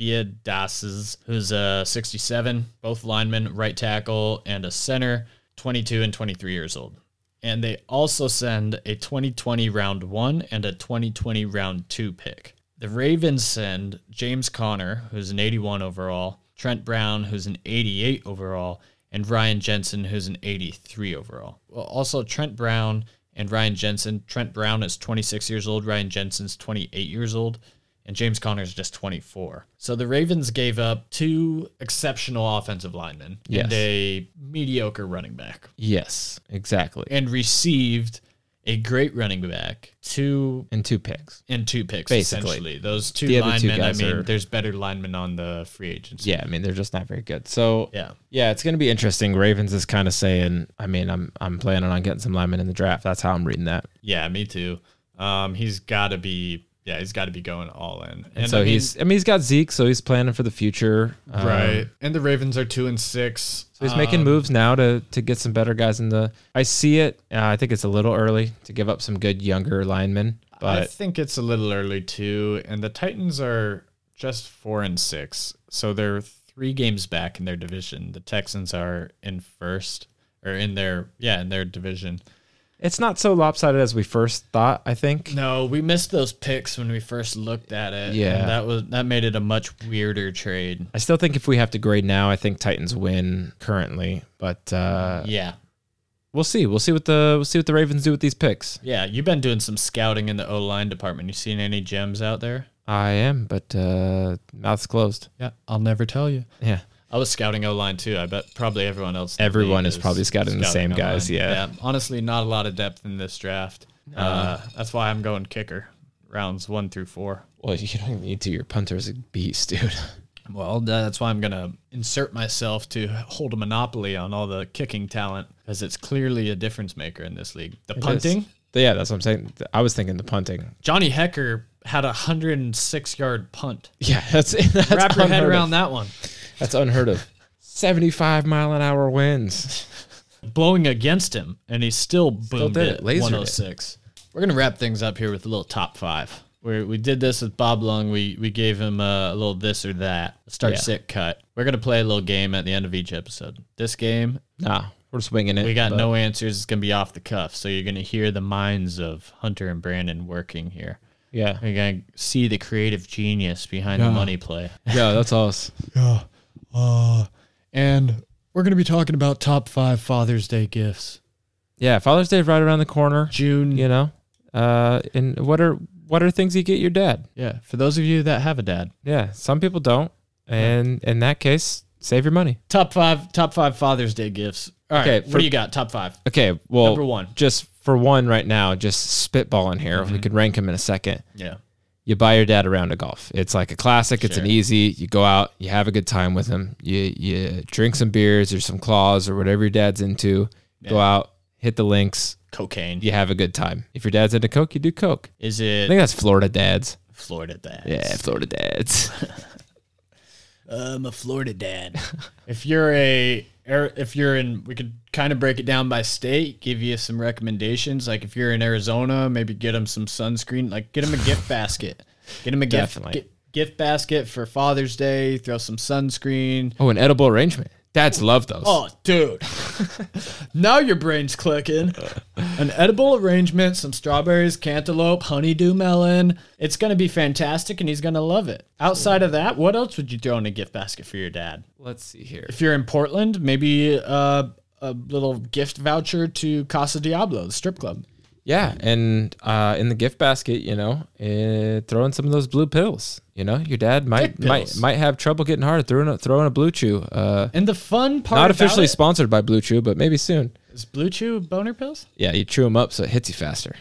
Speaker 1: Biadases, who's a 67, both linemen, right tackle, and a center, 22 and 23 years old. And they also send a 2020 round one and a 2020 round two pick. The Ravens send James Connor, who's an 81 overall, Trent Brown, who's an 88 overall, and Ryan Jensen, who's an 83 overall. Well, also, Trent Brown and Ryan Jensen. Trent Brown is 26 years old, Ryan Jensen's 28 years old, and James Conner is just 24. So the Ravens gave up two exceptional offensive linemen
Speaker 4: Yes.
Speaker 1: and a mediocre running back
Speaker 4: Yes, exactly.
Speaker 1: and received a great running back, two
Speaker 4: And two picks.
Speaker 1: and two picks
Speaker 4: Basically.
Speaker 1: essentially. Those two
Speaker 4: The other two
Speaker 1: linemen, I
Speaker 4: guys
Speaker 1: mean,
Speaker 4: are-
Speaker 1: there's better linemen on the free agency.
Speaker 4: Yeah, I mean they're just not very good. So
Speaker 1: Yeah.
Speaker 4: yeah, it's gonna be interesting. Ravens is kind of saying, I mean, I'm I'm planning on getting some linemen in the draft. That's how I'm reading that.
Speaker 1: Yeah, me too. Um, he's got to be. Yeah, he's got to be going all in. And,
Speaker 4: so
Speaker 1: I mean-
Speaker 4: he's I mean he's got Zeke, so he's planning for the future. Um,
Speaker 1: right. And the Ravens are two and six.
Speaker 4: So he's making
Speaker 1: Um,
Speaker 4: moves now to to get some better guys in the. I see it. Uh, I think it's a little early to give up some good younger linemen,
Speaker 1: I
Speaker 4: but
Speaker 1: think it's a little early too. And the Titans are just four and six, so they're three games back in their division. The Texans are in first or in their yeah in their division.
Speaker 4: it's not so lopsided as we first thought. I think.
Speaker 1: No, we missed those picks when we first looked at it. and
Speaker 4: Yeah.
Speaker 1: that was that made it a much weirder trade.
Speaker 4: I still think if we have to grade now, I think Titans win currently, but uh,
Speaker 1: Yeah,
Speaker 4: we'll see. We'll see what the we'll see what the Ravens do with these picks.
Speaker 1: yeah. You've been doing some scouting in the O line department. You seen any gems out there?
Speaker 4: I am, but uh, mouth's closed.
Speaker 1: Yeah, I'll never tell you.
Speaker 4: Yeah,
Speaker 1: I was scouting O line too. I bet probably everyone else. in the
Speaker 4: Everyone
Speaker 1: league
Speaker 4: is probably scouting the same guys,
Speaker 1: O-line.
Speaker 4: yeah.
Speaker 1: Honestly, not a lot of depth in this draft. Uh, that's why I'm going kicker rounds one through four.
Speaker 4: well, you don't need to. Your punter's a beast, dude.
Speaker 1: Well, that's why I'm going to insert myself to hold a monopoly on all the kicking talent because it's clearly a difference maker in this league. The punting,
Speaker 4: Yeah, that's what I'm saying. I was thinking the punting.
Speaker 1: Johnny Hecker had a 106 yard punt.
Speaker 4: Yeah, that's that's
Speaker 1: Wrap your head
Speaker 4: unheard of.
Speaker 1: around that one.
Speaker 4: That's unheard of. 75 mile an hour winds.
Speaker 1: blowing against him, and he still boomed
Speaker 4: did
Speaker 1: it,
Speaker 4: it, lasered it.
Speaker 1: 106. We're gonna wrap things up here with a little top five. We we did this with Bob Lung. We we gave him uh, a little this or that. Start
Speaker 4: Yeah.
Speaker 1: sit cut. We're gonna play a little game at the end of each episode. This game
Speaker 4: Nah, we're swinging it.
Speaker 1: we got
Speaker 4: but
Speaker 1: no answers. It's gonna be off the cuff. So you're gonna hear the minds of Hunter and Brandon working here.
Speaker 4: Yeah.
Speaker 1: You're gonna see the creative genius behind the money play.
Speaker 4: Yeah, that's us.
Speaker 1: uh, And we're gonna be talking about top five Father's Day gifts.
Speaker 4: Yeah, Father's Day is right around the corner.
Speaker 1: June
Speaker 4: You know? Uh, and what are what are things you get your dad?
Speaker 1: yeah. For those of you that have a dad.
Speaker 4: Yeah, some people don't. And in that case, save your money.
Speaker 1: Top five, top five Father's Day gifts. All right,
Speaker 4: Okay,
Speaker 1: what
Speaker 4: for-
Speaker 1: do you got? Top five.
Speaker 4: Okay, well
Speaker 1: Number one. Mm-hmm.
Speaker 4: just for one right now, just spitballing here. If we could rank him in a second,
Speaker 1: Yeah.
Speaker 4: you buy your dad a round of golf. It's like a classic. It's an
Speaker 1: Sure.
Speaker 4: easy. You go out, you have a good time with him. You you drink some beers or some claws or whatever your dad's into. Go out, hit the links.
Speaker 1: Cocaine.
Speaker 4: You have a good time. If your dad's into coke, you do coke.
Speaker 1: Is
Speaker 4: I
Speaker 1: it
Speaker 4: think that's Florida dads.
Speaker 1: Florida dad?
Speaker 4: Yeah, Florida dads.
Speaker 1: I'm a Florida dad. if you're a Ari- if you're in we could kind of break it down by state, give you some recommendations. Like if you're in Arizona, maybe get them some sunscreen, like get them a gift basket. Get them a gift,
Speaker 4: Definitely.
Speaker 1: gi- gift basket for Father's Day, throw some sunscreen.
Speaker 4: oh, an edible arrangement. Dads love those.
Speaker 1: Oh, dude. now your brain's clicking. An edible arrangement, some strawberries, cantaloupe, honeydew melon. It's going to be fantastic and he's going to love it. Outside of that, what else would you throw in a gift basket for your dad?
Speaker 4: Let's see here.
Speaker 1: If you're in Portland, maybe uh, a little gift voucher to Casa Diablo, the strip club.
Speaker 4: Yeah, and uh, in the gift basket, you know, uh, throw in some of those blue pills. You know, your dad might
Speaker 1: Dick
Speaker 4: might
Speaker 1: pills.
Speaker 4: might have trouble getting hard. Throwing a, throwing a blue chew. Uh,
Speaker 1: And the fun part about
Speaker 4: not officially
Speaker 1: it
Speaker 4: sponsored by Blue Chew, but maybe soon.
Speaker 1: is Blue Chew boner pills?
Speaker 4: Yeah, you chew them up so it hits you faster.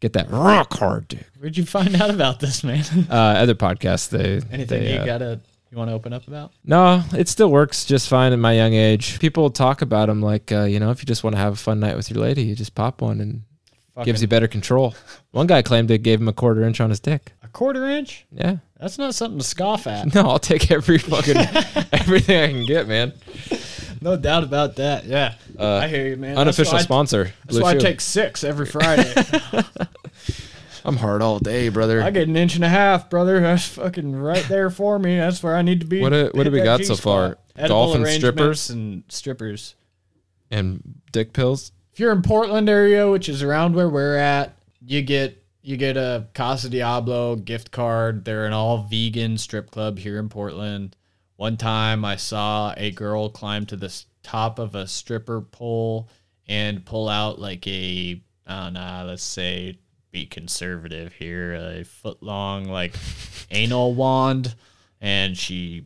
Speaker 4: Get that rock hard, dude.
Speaker 1: Where'd you find out about this, man?
Speaker 4: Uh, other podcasts, they
Speaker 1: Anything
Speaker 4: they,
Speaker 1: you
Speaker 4: uh,
Speaker 1: gotta you want to open up about?
Speaker 4: No, it still works just fine at my young age. People talk about them like, uh, you know, if you just want to have a fun night with your lady, you just pop one and gives
Speaker 1: Fucking
Speaker 4: you better control. One guy claimed it gave him a quarter inch on his dick.
Speaker 1: a quarter inch.
Speaker 4: Yeah.
Speaker 1: That's not something to scoff at.
Speaker 4: No, I'll take every fucking everything I can get, man.
Speaker 1: No doubt about that. Yeah, I hear you, man.
Speaker 4: Uh, Unofficial
Speaker 1: that's why
Speaker 4: sponsor.
Speaker 1: I, that's why I take six every Friday.
Speaker 4: am hard all day, brother.
Speaker 1: I get an inch and a half, brother. That's fucking right there for me. That's where I need to be.
Speaker 4: What do-
Speaker 1: Hit
Speaker 4: what do we
Speaker 1: that
Speaker 4: got so
Speaker 1: G-spot.
Speaker 4: far?
Speaker 1: Edible
Speaker 4: Dolphin
Speaker 1: arrangements
Speaker 4: strippers?
Speaker 1: and strippers.
Speaker 4: and dick pills.
Speaker 1: If you're in Portland area, which is around where we're at, you get you get a Casa Diablo gift card. They're an all vegan strip club here in Portland. One time I saw a girl climb to the s- top of a stripper pole and pull out like a, I don't know, let's say, be conservative here, a foot long, like anal wand. And she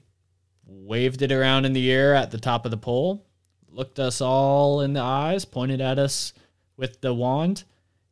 Speaker 1: waved it around in the air at the top of the pole, looked us all in the eyes, pointed at us with the wand,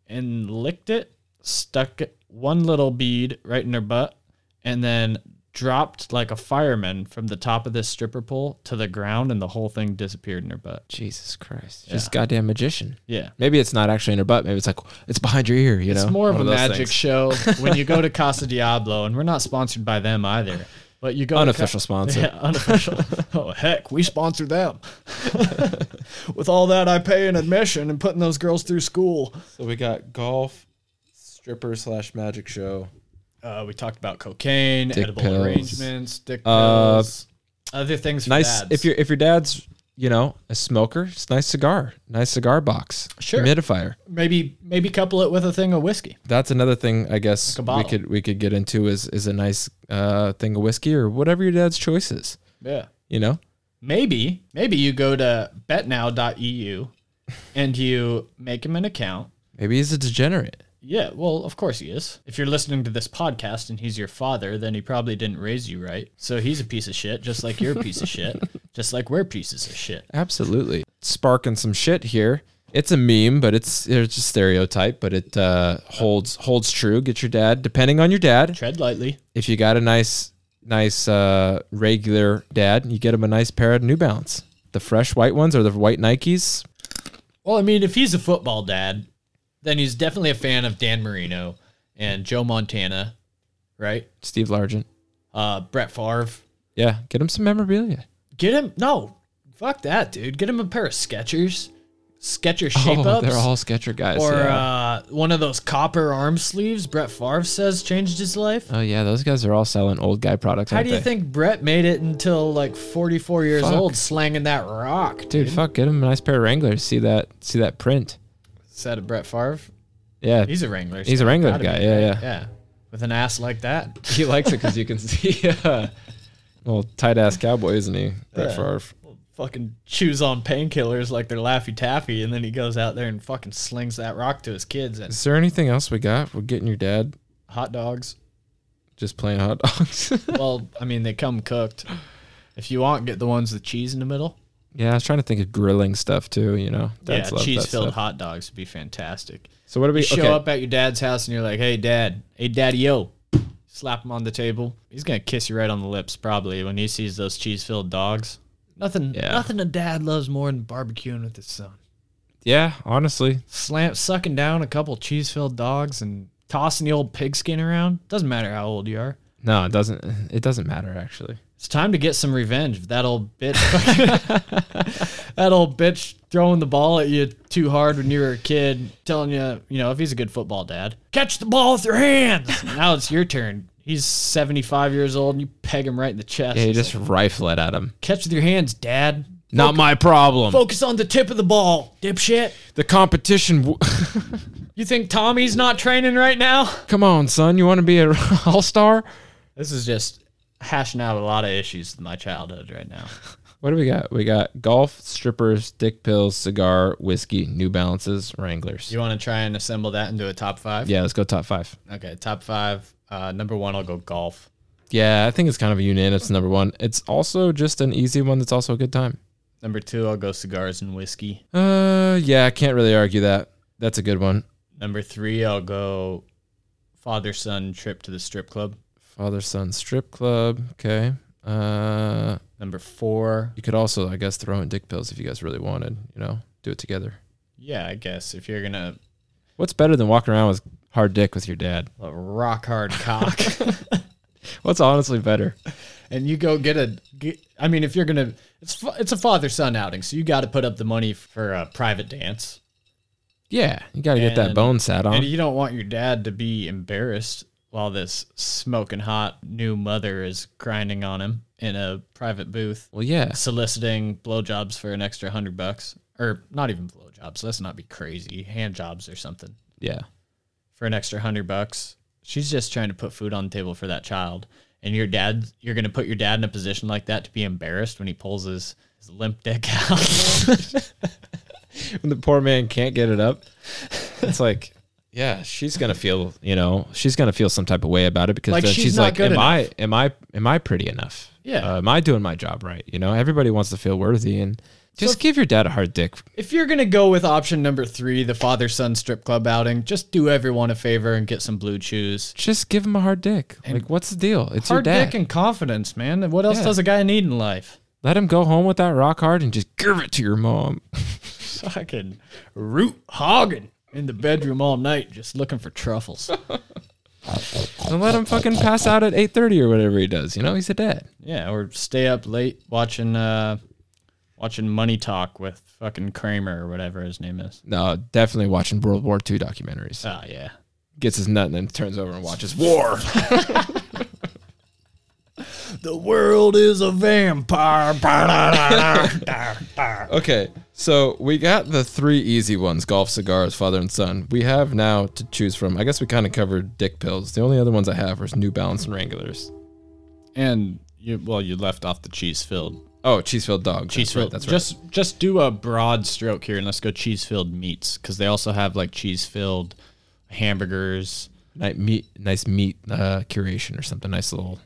Speaker 1: and licked it, stuck it- one little bead right in her butt, and then dropped like a fireman from the top of this stripper pole to the ground, and the whole thing disappeared in her butt.
Speaker 4: Jesus Christ. She's a goddamn magician.
Speaker 1: Yeah.
Speaker 4: Maybe it's not actually in her butt. Maybe it's like it's behind your ear, you know.
Speaker 1: It's more of
Speaker 4: one
Speaker 1: a
Speaker 4: those
Speaker 1: magic
Speaker 4: things.
Speaker 1: show when you go to Casa Diablo, and we're not sponsored by them either. But you go to Ca-
Speaker 4: Unofficial sponsor.
Speaker 1: Yeah, unofficial. oh heck, we sponsor them. With all that I pay in admission and putting those girls through school.
Speaker 4: So we got golf, stripper slash magic show.
Speaker 1: Uh, we talked about cocaine,
Speaker 4: Dick
Speaker 1: edible
Speaker 4: pills.
Speaker 1: arrangements, dick
Speaker 4: Uh,
Speaker 1: pills, other things. For
Speaker 4: Nice
Speaker 1: dads.
Speaker 4: if your if your dad's you know a smoker, it's nice cigar, nice cigar box,
Speaker 1: Sure.
Speaker 4: humidifier.
Speaker 1: maybe maybe couple it with a thing of whiskey.
Speaker 4: That's another thing I guess
Speaker 1: Like a
Speaker 4: we
Speaker 1: bottle.
Speaker 4: could we could get into is is a nice uh, thing of whiskey or whatever your dad's choice is.
Speaker 1: Yeah,
Speaker 4: You know,
Speaker 1: maybe maybe you go to betnow.eu and you make him an account.
Speaker 4: maybe he's a degenerate.
Speaker 1: Yeah, well, of course he is. If you're listening to this podcast and he's your father, then he probably didn't raise you right. So he's a piece of shit, just like you're a piece of shit, just like we're pieces of shit.
Speaker 4: Absolutely sparking some shit here. It's a meme, but it's it's a stereotype, but it uh, holds holds true. Get your dad, depending on your dad.
Speaker 1: Tread lightly.
Speaker 4: if you got a nice nice uh regular dad you get him a nice pair of new balance the fresh white ones or the white nikes
Speaker 1: Well, I mean, if he's a football dad, then he's definitely a fan of Dan Marino and Joe Montana, right?
Speaker 4: steve largent
Speaker 1: Uh, Brett Favre.
Speaker 4: yeah get him some memorabilia
Speaker 1: Get him, no, fuck that, dude. Get him a pair of Skechers, Skecher shape
Speaker 4: oh
Speaker 1: ups.
Speaker 4: they're all sketcher guys
Speaker 1: or
Speaker 4: yeah.
Speaker 1: uh, one of those copper arm sleeves Brett Favre says changed his life.
Speaker 4: oh yeah those guys are all selling old guy products
Speaker 1: How
Speaker 4: aren't
Speaker 1: do you
Speaker 4: they?
Speaker 1: think Brett made it until like 44 years
Speaker 4: Fuck.
Speaker 1: old slanging that rock?
Speaker 4: dude fuck get him a nice pair of wranglers see that see that print
Speaker 1: Is that a Brett Favre?
Speaker 4: yeah
Speaker 1: He's a Wrangler.
Speaker 4: He's a Wrangler guy, yeah, yeah.
Speaker 1: Yeah. With an ass like that.
Speaker 4: he likes it because you can see uh, well tight ass cowboy isn't he Brett
Speaker 1: Yeah.
Speaker 4: Favre.
Speaker 1: fucking chews on painkillers like they're Laffy Taffy, and then he goes out there and fucking slings that rock to his kids and
Speaker 4: is there anything else we got we're getting your dad
Speaker 1: hot dogs.
Speaker 4: just plain hot dogs
Speaker 1: Well, I mean, they come cooked. If you want, get the ones with cheese in the middle.
Speaker 4: Yeah, I was trying to think of grilling stuff too. You know, Dads
Speaker 1: yeah,
Speaker 4: love that
Speaker 1: cheese filled
Speaker 4: stuff.
Speaker 1: hot dogs would be fantastic.
Speaker 4: So what do we
Speaker 1: You show
Speaker 4: okay.
Speaker 1: up at your dad's house and you're like, "Hey, dad, hey, daddy, yo," slap him on the table. He's gonna kiss you right on the lips, probably when he sees those cheese filled dogs. Nothing,
Speaker 4: Yeah.
Speaker 1: nothing a dad loves more than barbecuing with his son.
Speaker 4: Yeah, honestly,
Speaker 1: Slam, sucking down a couple cheese filled dogs and tossing the old pigskin around. Doesn't matter how old you are.
Speaker 4: no, it doesn't. It doesn't matter actually.
Speaker 1: It's time to get some revenge. for That old bitch, that old bitch throwing the ball at you too hard when you were a kid, telling you, you know, if he's a good football dad, catch the ball with your hands. now it's your turn. He's 75 years old and you peg him right in the chest.
Speaker 4: Yeah, you
Speaker 1: It's
Speaker 4: just rifle it at him.
Speaker 1: like, catch with your hands, dad.
Speaker 4: Not my problem.
Speaker 1: Focus on the tip of the ball, dipshit.
Speaker 4: The competition. W-
Speaker 1: You think Tommy's not training right now?
Speaker 4: Come on, son. You want to be an all star?
Speaker 1: This is just hashing out a lot of issues in my childhood right now.
Speaker 4: What do we got? We got golf, strippers, dick pills, cigar, whiskey, New Balances, Wranglers.
Speaker 1: Do you want to try and assemble that into a top five?
Speaker 4: Yeah, let's go top five.
Speaker 1: Okay, top five. Uh, number one, I'll go golf.
Speaker 4: Yeah, I think it's kind of a unanimous number one. It's also just an easy one. That's also a good time.
Speaker 1: Number two, I'll go cigars and whiskey.
Speaker 4: Uh, yeah, I can't really argue that. That's a good one.
Speaker 1: Number three, I'll go father son trip to the strip club.
Speaker 4: Father son strip club. Okay. Uh,
Speaker 1: Number four,
Speaker 4: you could also, I guess, throw in dick pills if you guys really wanted. You know, do it together.
Speaker 1: yeah, I guess if you're gonna
Speaker 4: What's better than walking around with hard dick with your dad?
Speaker 1: a rock hard cock
Speaker 4: What's honestly better?
Speaker 1: and you go get a, get- I mean, if you're gonna, it's fa- it's a father son outing, so you got to put up the money for a private dance,
Speaker 4: Yeah, you got to get that
Speaker 1: And-
Speaker 4: bone sat on.
Speaker 1: and you don't want your dad to be embarrassed while this smoking hot new mother is grinding on him in a private booth.
Speaker 4: well, yeah.
Speaker 1: soliciting blowjobs for an extra hundred bucks, or not even blowjobs. Let's not be crazy. Hand jobs or something
Speaker 4: Yeah.
Speaker 1: for an extra hundred bucks. She's just trying to put food on the table for that child. And your dad, you're gonna put your dad in a position like that to be embarrassed when he pulls his, his limp dick out.
Speaker 4: When the poor man can't get it up, it's like, yeah, she's gonna feel, you know, she's gonna feel some type of way about it because
Speaker 1: Like,
Speaker 4: then
Speaker 1: she's
Speaker 4: she's,
Speaker 1: not
Speaker 4: like,
Speaker 1: good
Speaker 4: am
Speaker 1: enough.
Speaker 4: I, am I, am I pretty enough?
Speaker 1: Yeah.
Speaker 4: Uh, am I doing my job right? You know, everybody wants to feel worthy, and just give your dad a hard dick.
Speaker 1: if you're gonna go with option number three, the father son strip club outing, just do everyone a favor and get some blue chews.
Speaker 4: Just give him a hard dick. Like, what's the deal? It's
Speaker 1: Hard
Speaker 4: your dad.
Speaker 1: dick and confidence, man. What else
Speaker 4: Yeah.
Speaker 1: does a guy need in life?
Speaker 4: Let him go home with that rock hard and just give it to your mom.
Speaker 1: fucking root hogging in the bedroom all night just looking for truffles.
Speaker 4: and let him fucking pass out at 8.30 or whatever he does. You know, he's a dad.
Speaker 1: Yeah, or stay up late watching uh watching Money Talk with fucking Kramer or whatever his name is.
Speaker 4: No, definitely watching World War II documentaries.
Speaker 1: Oh yeah.
Speaker 4: Gets his nut and then turns over and watches War.
Speaker 1: The world is a vampire.
Speaker 4: okay, so we got the three easy ones, golf, cigars, father and son. We have now to choose from. I guess we kind of covered dick pills. The only other ones I have was New Balance and Wranglers.
Speaker 1: and you well, you left off the cheese filled.
Speaker 4: Oh, cheese filled dog.
Speaker 1: Cheese filled.
Speaker 4: That's right. That's right.
Speaker 1: just just do a broad stroke here and let's go cheese filled meats because they also have like cheese filled hamburgers,
Speaker 4: Nice meat, nice meat uh, curation or something. Nice little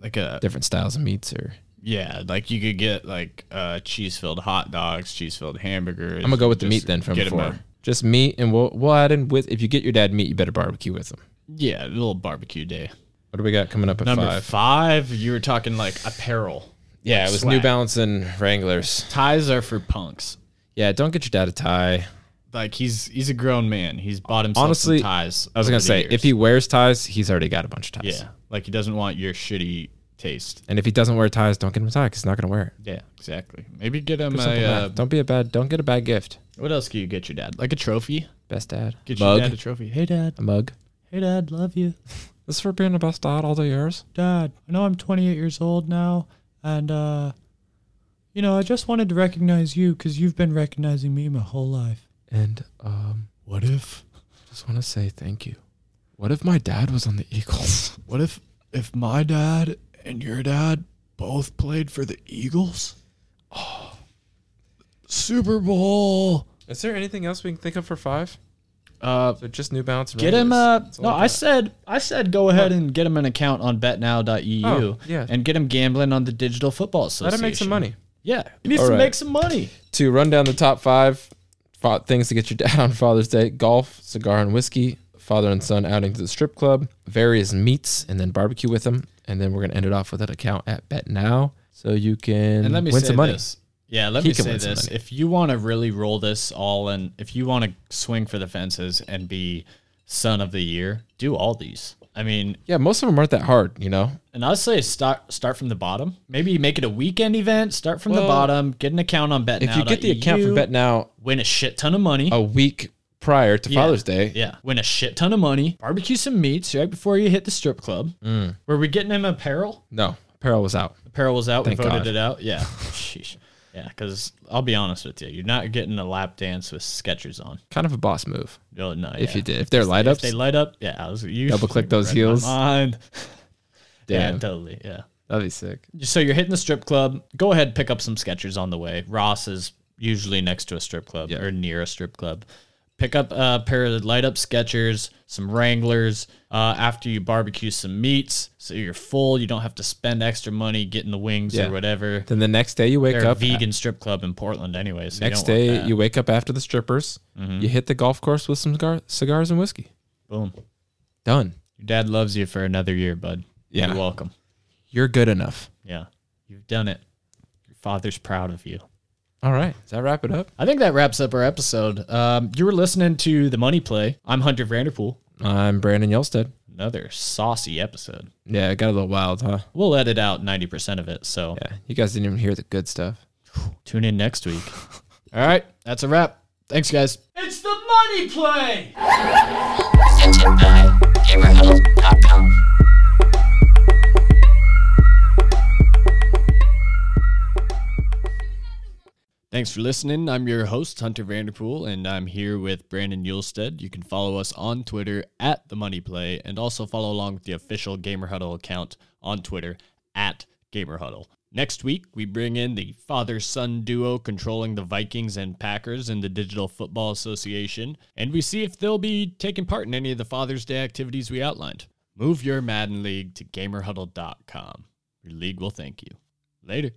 Speaker 1: like a
Speaker 4: different styles of meats or.
Speaker 1: Yeah, like you could get like uh, cheese filled hot dogs, cheese filled hamburgers.
Speaker 4: I'm gonna go with the
Speaker 1: Just
Speaker 4: meat then from
Speaker 1: get 'em
Speaker 4: before.
Speaker 1: a-
Speaker 4: Just meat, and we'll we'll add in with. If you get your dad meat, you better barbecue with him.
Speaker 1: Yeah, a little barbecue day.
Speaker 4: What do we got coming up at
Speaker 1: Number
Speaker 4: five?
Speaker 1: five, you were talking like apparel.
Speaker 4: Yeah, it was
Speaker 1: Slack.
Speaker 4: New Balance and Wranglers.
Speaker 1: Ties are for punks.
Speaker 4: Yeah, don't get your dad a tie.
Speaker 1: Like he's he's a grown man. He's bought himself
Speaker 4: Honestly,
Speaker 1: some ties.
Speaker 4: I was gonna say if he wears ties, he's already got a bunch of ties.
Speaker 1: yeah, like he doesn't want your shitty taste.
Speaker 4: And if he doesn't wear ties, don't get him a tie 'cause he's not gonna wear it.
Speaker 1: Yeah, exactly. Maybe get him
Speaker 4: Simple
Speaker 1: a. Uh,
Speaker 4: math. don't be a bad. Don't get a bad gift.
Speaker 1: what else can you get your dad? Like a trophy.
Speaker 4: Best dad.
Speaker 1: Get
Speaker 4: mug.
Speaker 1: your dad a trophy. Hey dad.
Speaker 4: a mug.
Speaker 1: Hey dad, love you.
Speaker 4: This is for being the best dad all the years.
Speaker 1: Dad, I know I'm 28 years old now, and, uh, you know, I just wanted to recognize you because you've been recognizing me my whole life.
Speaker 4: And um,
Speaker 1: What if?
Speaker 4: just want to say thank you. What if my dad was on the Eagles?
Speaker 1: What if, if my dad and your dad both played for the Eagles? Oh, Super Bowl.
Speaker 4: Is there anything else we can think of for five?
Speaker 1: Uh,
Speaker 4: So just New Balance. And
Speaker 1: get him
Speaker 4: Wranglers.
Speaker 1: a.
Speaker 4: That's all
Speaker 1: No,
Speaker 4: we
Speaker 1: I
Speaker 4: got.
Speaker 1: said, I said, go ahead and get him an account on betnow.eu
Speaker 4: Oh, yeah.
Speaker 1: and get him gambling on the digital football association.
Speaker 4: Let him make some money.
Speaker 1: Yeah, he needs
Speaker 4: All
Speaker 1: to
Speaker 4: right.
Speaker 1: make some money.
Speaker 4: To run down the top five fa- things to get your dad on Father's Day golf, cigar and whiskey, father and son outing to the strip club, various meats, and then barbecue with them. And then we're going to end it off with an account at Bet Now. So you can
Speaker 1: And let me
Speaker 4: win
Speaker 1: say
Speaker 4: some money.
Speaker 1: this. Yeah, let
Speaker 4: He
Speaker 1: me
Speaker 4: can
Speaker 1: say
Speaker 4: win some
Speaker 1: this.
Speaker 4: money.
Speaker 1: If you want to really roll this all and if you want to swing for the fences and be son of the year, do all these. I mean,
Speaker 4: Yeah, most of them aren't that hard, you know?
Speaker 1: and I'll say start start from the bottom. Maybe make it a weekend event. Start from the
Speaker 4: Well,
Speaker 1: bottom. Get an account on bet. E
Speaker 4: If you get the account from Bet Oh. Now
Speaker 1: win a shit ton of money.
Speaker 4: a week prior to
Speaker 1: Yeah,
Speaker 4: Father's Day,
Speaker 1: Yeah. Win a shit ton of money. Barbecue some meats right before you hit the strip club.
Speaker 4: Mm.
Speaker 1: Were we getting him apparel?
Speaker 4: no, apparel was out.
Speaker 1: Apparel was out.
Speaker 4: Thank
Speaker 1: we voted
Speaker 4: God.
Speaker 1: it out. Yeah. Sheesh. Yeah. Because I'll be honest with you, you're not getting a lap dance with Skechers on.
Speaker 4: Kind of a boss move.
Speaker 1: No, no.
Speaker 4: If
Speaker 1: yeah.
Speaker 4: you did, if they're light
Speaker 1: If
Speaker 4: ups,
Speaker 1: they light up, yeah. I was you
Speaker 4: Double-click those heels.
Speaker 1: Mind. Yeah,
Speaker 4: damn,
Speaker 1: totally. Yeah.
Speaker 4: that'd be sick.
Speaker 1: So you're hitting the strip club. Go ahead, pick up some Skechers on the way. Ross is usually next to a strip club
Speaker 4: Yeah.
Speaker 1: or near a strip club. Pick up a pair of light up Skechers, some Wranglers. Uh, after you barbecue some meats, so you're full. You don't have to spend extra money getting the wings
Speaker 4: Yeah.
Speaker 1: or whatever.
Speaker 4: Then the next day you wake
Speaker 1: They're a
Speaker 4: up.
Speaker 1: vegan strip club in Portland, anyway. So
Speaker 4: Next
Speaker 1: you don't want
Speaker 4: day
Speaker 1: that. Mm-hmm.
Speaker 4: you wake up after the strippers. You hit the golf course with some cigar- cigars and whiskey.
Speaker 1: boom.
Speaker 4: Done.
Speaker 1: Your dad loves you for another year, bud.
Speaker 4: Yeah.
Speaker 1: you're welcome.
Speaker 4: You're good enough.
Speaker 1: Yeah, you've done it. Your father's proud of you.
Speaker 4: All right. Does that wrap it up?
Speaker 1: I think that wraps up our episode. Um, you were listening to The Money Play. I'm Hunter Vanderpool.
Speaker 4: I'm Brandon Yelstead.
Speaker 1: Another saucy episode.
Speaker 4: Yeah, it got a little wild, huh?
Speaker 1: We'll edit out 90% of it. So
Speaker 4: Yeah. You guys didn't even hear the good stuff.
Speaker 1: tune in next week. All right. That's a wrap. Thanks, guys.
Speaker 2: It's the money play!
Speaker 3: Presented by GamerHuddle.com.
Speaker 1: Thanks for listening. I'm your host, Hunter Vanderpool, and I'm here with Brandon Yulstead. You can follow us on Twitter at The Money Play and also follow along with the official Gamer Huddle account on Twitter at Gamer Huddle. Next week, we bring in the father son duo controlling the Vikings and Packers in the Digital Football Association, and we see if they'll be taking part in any of the Father's Day activities we outlined. Move your Madden League to GamerHuddle.com. Your league will thank you. Later.